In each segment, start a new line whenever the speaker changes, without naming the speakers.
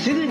役立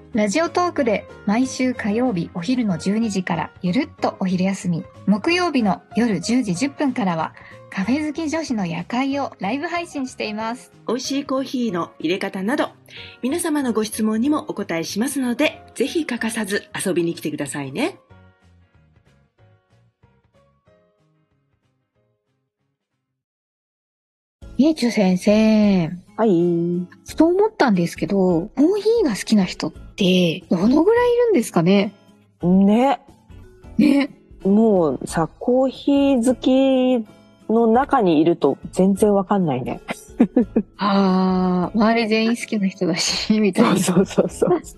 ラジオトークで毎週火曜日お昼の12時からゆるっとお昼休み、木曜日の夜10時10分からはカフェ好き女子の夜会をライブ配信しています。
美味しいコーヒーの入れ方など皆様のご質問にもお答えしますのでぜひ欠かさず遊びに来てくださいね
みえちゅ先生、
はい
ふと思ったんですけど、コーヒーが好きな人ってどのぐらいいるんですかね
ね
ね。
もうさコーヒー好きの中にいると全然わかんないね
あー、周り全員好きな人だし、みたい
そ
な
う。そうそうそ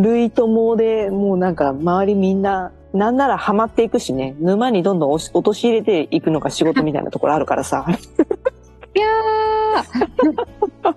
う類友でもうなんか周りみんななんならハマっていくしね沼にどんどん落し陥れていくのが仕事みたいなところあるからさ
いやー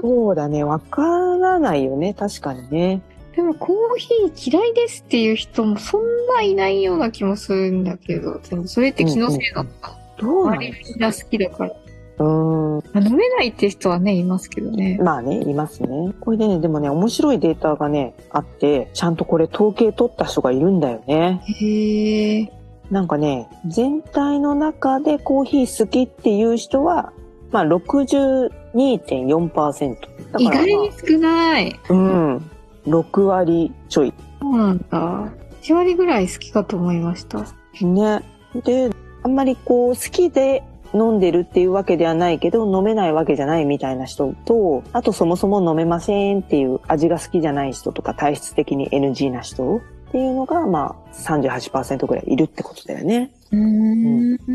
そうだねわからないよね確かにね
でもコーヒー嫌いですっていう人もそんないないような気もするんだけど、でもそれって気のせいなのか。
どうな
周りみんな好きだから。
のうー
まあ飲めないって人はね、いますけどね。
んまあねいますねこれでねでもね面白いデータがねあってちゃんとこれ統計取った人がいるんだよね
へえ。
なんかね、全体の中でコーヒー好きっていう人は、まあ62.4%。だ
意
から、まあ
外に少ない。
うん。6割ちょい。
そうなんだ。1割ぐらい好きかと思いました。
ね。で、あんまりこう、好きで飲んでるっていうわけではないけど、飲めないわけじゃないみたいな人と、あとそもそも飲めませんっていう味が好きじゃない人とか、体質的に NG な人っていうのが、まあ38%ぐらいいるってことだよね。
うーん。う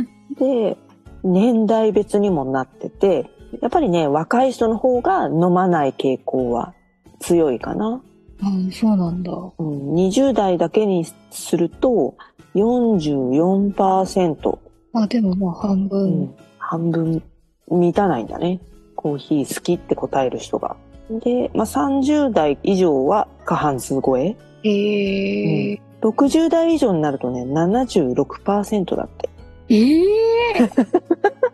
ん
で、年代別にもなってて、やっぱりね、若い人の方が飲まない傾向は強いかな。
あそうなんだ。
うん、20代だけにすると44%、
あ、でもまあ半
う
分。
ん、半分満たないんだね。コーヒー好きって答える人が。で、まあ、30代以上は過半数超え。
へえ。
60代以上になるとね、76%だって。
え え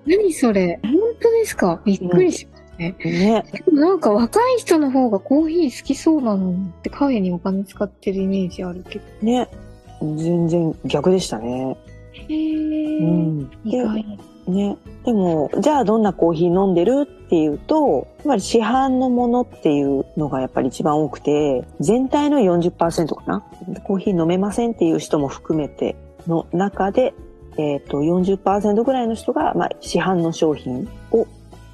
何それ本当ですかびっくりしましたね。
ね。
でもなんか若い人の方がコーヒー好きそうなのにってカフェにお金使ってるイメージあるけど。
ね。全然逆でした
へ
ね。う
え。
ん。
意外。
ね。でも、じゃあどんなコーヒー飲んでるっていうと、つまり市販のものっていうのがやっぱり一番多くて、全体の40%かな。コーヒー飲めませんっていう人も含めての中で、えっ、と、40%ぐらいの人が、まあ、市販の商品を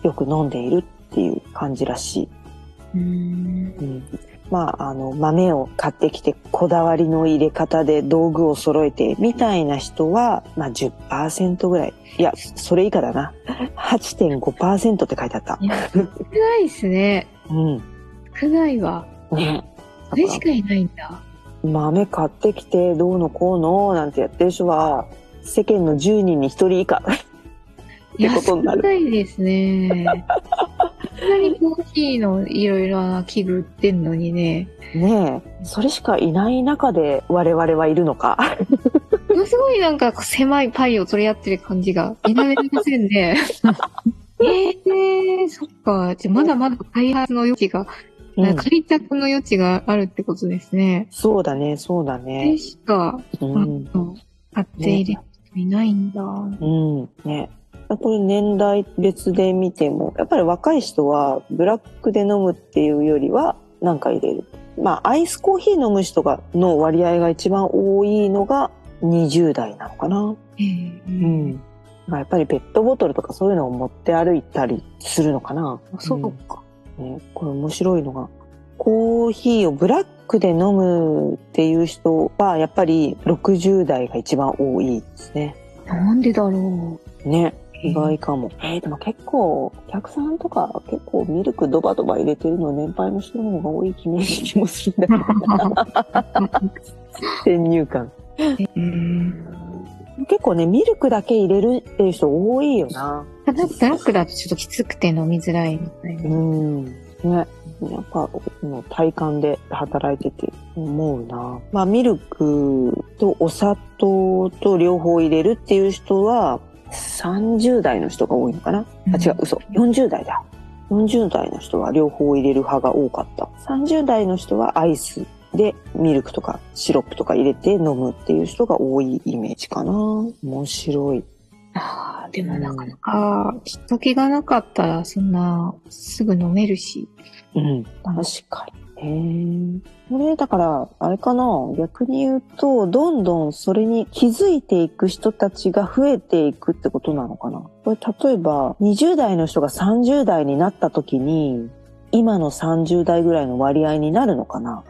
よく飲んでいるっていう感じらしい。
うん。
うんまあ、あの、豆を買ってきて、こだわりの入れ方で道具を揃えて、みたいな人は、まあ、10%ぐらい。いや、それ以下だな。8.5%って書いてあった。
少ないですね。
うん。
少ないわ。
ね。
それしかいないんだ。
豆買ってきて、どうのこうの、なんてやってる人は、世間の10人に1人以下。
い
ってことになる
少ないです ね。こんなにコーヒーのいろいろな器具売ってんのにね。
ねえ。それしかいない中で、我々はいるのか。
ものすごいなんか狭いパイを取り合ってる感じが否められません ね。ええー、そっか。じゃあまだまだ開発の余地が、
うん
開拓の余地があるってことですね。
そうだね、そうだ
それ
ね。
しか、
うん。
買っている人いないんだ。
うん、ね。これ年代別で見ても、やっぱり若い人はブラックで飲むっていうよりはなんか入れる。まあ、アイスコーヒー飲む人が、の割合が一番多いのが20代なのかな。
えー
うん。やっぱりペットボトルとかそういうのを持って歩いたりするのかな。
あそうか。
ね、これ面白いのが、コーヒーをブラックで飲むっていう人は、やっぱり60代が一番多いですね。
なんでだろう。
ね、意外かも。えーでも結構、お客さんとか結構ミルクドバドバ入れてるの年配の人の方が多い気も気 もするんだけど、先入観。
うん
結構ね、ミルクだけ入れるっていう人多いよな。
ただブラックだとちょっときつくて飲みづらいみたいうな。
ん。ね。やっぱ、もう体感で働いてて思うな。まあ、ミルクとお砂糖と両方入れるっていう人は、30代の人が多いのかなあ、違う、嘘。40代だ。40代の人は両方入れる派が多かった。30代の人はアイスでミルクとかシロップとか入れて飲むっていう人が多いイメージかな。面白い。
ああ、でもなかなか、きっかけがなかったら、そんな、すぐ飲めるし。
うん。確かに。へえ。これ、だから、あれかな。逆に言うと、どんどんそれに気づいていく人たちが増えていくってことなのかな。これ、例えば、20代の人が30代になった時に、今の30代ぐらいの割合になるのかな。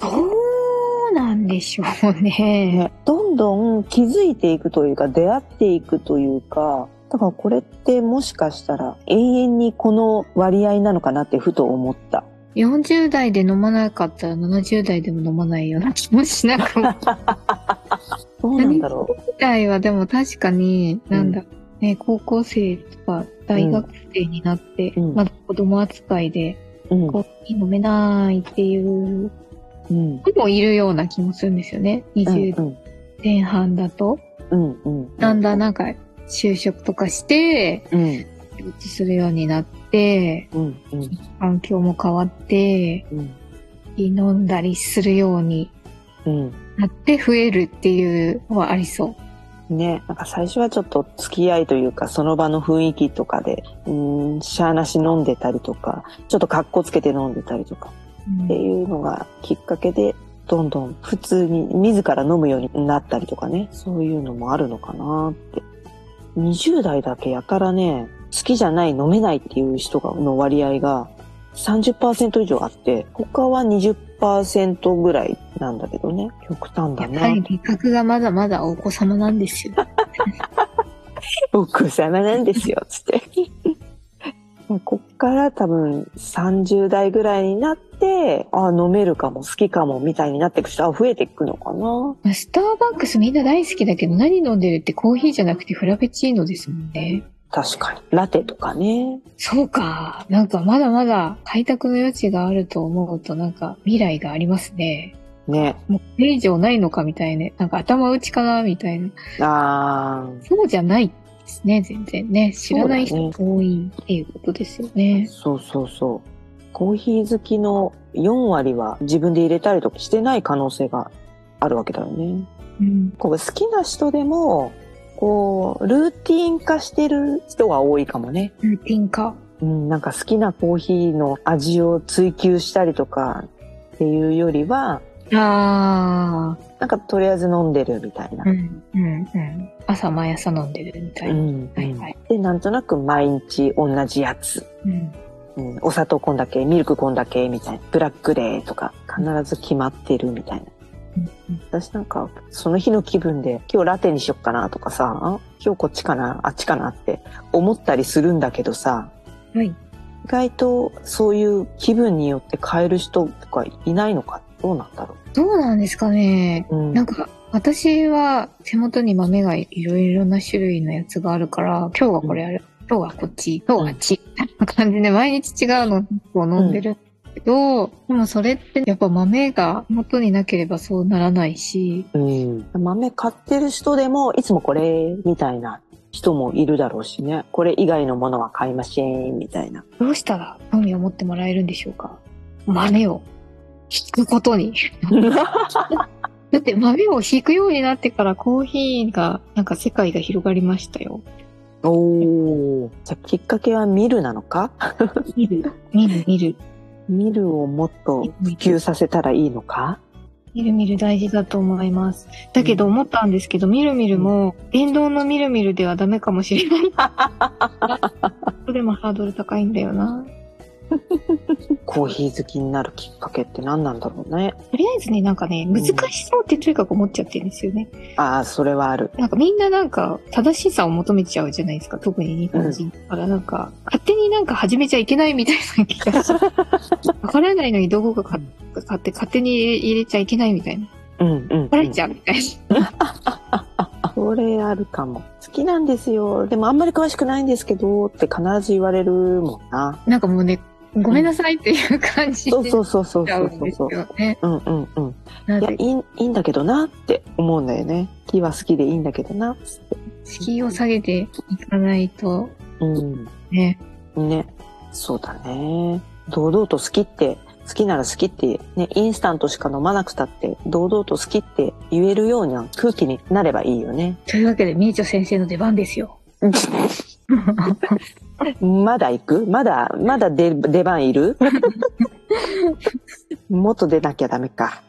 どうなんでしょうね。
ね、どんどん気づいていくというか出会っていくというかだからこれってもしかしたら永遠にこの割合なのかなってふと思った。
40代で飲まなかったら70代でも飲まないような気もしなくも。
どうなんだろう。
10代はでも確かに、なんだ、ね、高校生とか大学生になって、
うん
まだ子供扱いで、
うん
コーヒー飲めないっていう
うん
子もいるような気もするんですよね。20
うん
前半だと。
うんうん
だんだんなんか、就職とかして、
うん
仕事するようになって、
うんうん
環境も変わって、
うん
飲んだりするように
うん
なって増えるっていうのはありそう。
ね、なんか最初はちょっと付き合いというかその場の雰囲気とかでうーんしゃーなし飲んでたりとかちょっと格好つけて飲んでたりとかっていうのがきっかけでどんどん普通に自ら飲むようになったりとかねそういうのもあるのかなって20代だけやからね好きじゃない飲めないっていう人がの割合が30%以上あって他は20%ぐらいなんだけどね極端だ
やっぱ
な
り味覚がまだまだお子様なんです よ。
僕様なんですよつって まあこっから多分30代ぐらいになってあ飲めるかも好きかもみたいになっていく人は増えていくのかな
スターバックスみんな大好きだけど何飲んでるってコーヒーじゃなくてフラペチーノですもんね。
確かに。ラテとかね。
そうか。なんかまだまだ開拓の余地があると思うとなんか未来がありますね。
ね。
もうこれ以上ないのかみたいな。なんか頭打ちかなみたいな。
あ
そうじゃないですね、全然ね。知らない人多いっていうことですよ
ー、
ね。
そうそうそう。コーヒー好きの4割は自分で入れたりとかしてない可能性があるわけだよね。
うん。
こう好きな人でも、こう、ルーティン化してる人が多いかもね。
ルーティン化。
うん、なんか好きなコーヒーの味を追求したりとかっていうよりは、
ああ。
なんかとりあえず飲んでるみたいな。
うん。うん。うん。朝毎朝飲んでるみたいな。
ん
はいはい。
で、なんとなく毎日同じやつ
うん。
うん、お砂糖こんだけ、ミルクこんだけ、みたいな。ブラックデーとか、必ず決まってるみたいな
うんうん。
私なんか、その日の気分で、今日ラテにしよっかなとかさ、あ今日こっちかな、あっちかなって思ったりするんだけどさ、
はい
意外とそういう気分によって変える人とかいないのか、どうなんだろ
どうなんですかね。
う。うん。
なんか、私は手元に豆がいろいろな種類のやつがあるから、今日はこれある、今日はこっち、今日はあっち、みたいな感じで毎日違うのを飲んでるけど、でもそれってやっぱ豆が手元になければそうならないし、
うん、豆買ってる人でも、いつもこれ、みたいな人もいるだろうしね。これ以外のものは買いません、みたいな。
どうしたら興味を持ってもらえるんでしょうか豆を引くこと に。だって豆を引くようになってからコーヒーが、なんか世界が広がりましたよ。
おお。じゃあきっかけはミルな のか
見る、見る、見る。
ミルをもっと普及させたらいいのか
みるみる大事だと思います。だけど思ったんですけど、みるみるも、電動のみるみるではダメかもしれ ない。それもハードル高いんだよな。
コーヒー好きになるきっかけって何なんだろうね。
とりあえずね、なんかね、難しそうってとにかく思っちゃってるんですよね。
ああ、それはある。
なんかみんななんか正しさを求めちゃうじゃないですか、特に日本人。だからなんか、勝手になんか始めちゃいけないみたいな気が する。わからないのにどこか買って勝手に入れちゃいけないみたいな。
うんうん、うん。
バレちゃうみたいな。
そそれあるかも。好きなんですよ。でもあんまり詳しくないんですけど、って必ず言われるもんな。
なんかもうね、ごめんなさいっていう感じで
そうそうそうそう
ちゃ
そううんそう
です
そう。
よね。
うんうんうん。
ない
や、
ぜ
いい、いいんだけどなって思うんだよね。好きは好きでいいんだけどな、つって。
敷居を下げていかないと、
うん。
ね。
ね。そうだね。堂々と好きって、好きなら好きって、ね、インスタントしか飲まなくたって、堂々と好きって言えるような空気になればいいよね。
というわけで、みーちょ先生の出番ですよ。
まだ行くまだ、まだ出、出番いる もっと出なきゃダメか。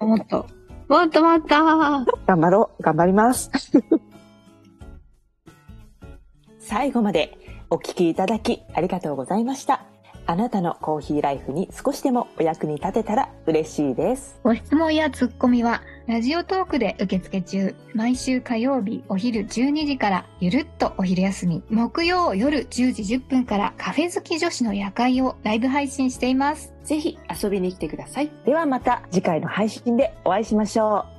もっと。もっともっと
頑張ろう。頑張ります。 最後までお聞きいただきありがとうございました。あなたのコーヒーライフに少しでもお役に立てたら嬉しいです。
ご質問やツッコミは、ラジオトークで受付中。毎週火曜日お昼12時から、ゆるっとお昼休み。木曜夜10時10分から、カフェ好き女子の夜会をライブ配信しています。
ぜひ遊びに来てください。
ではまた次回の配信でお会いしましょう。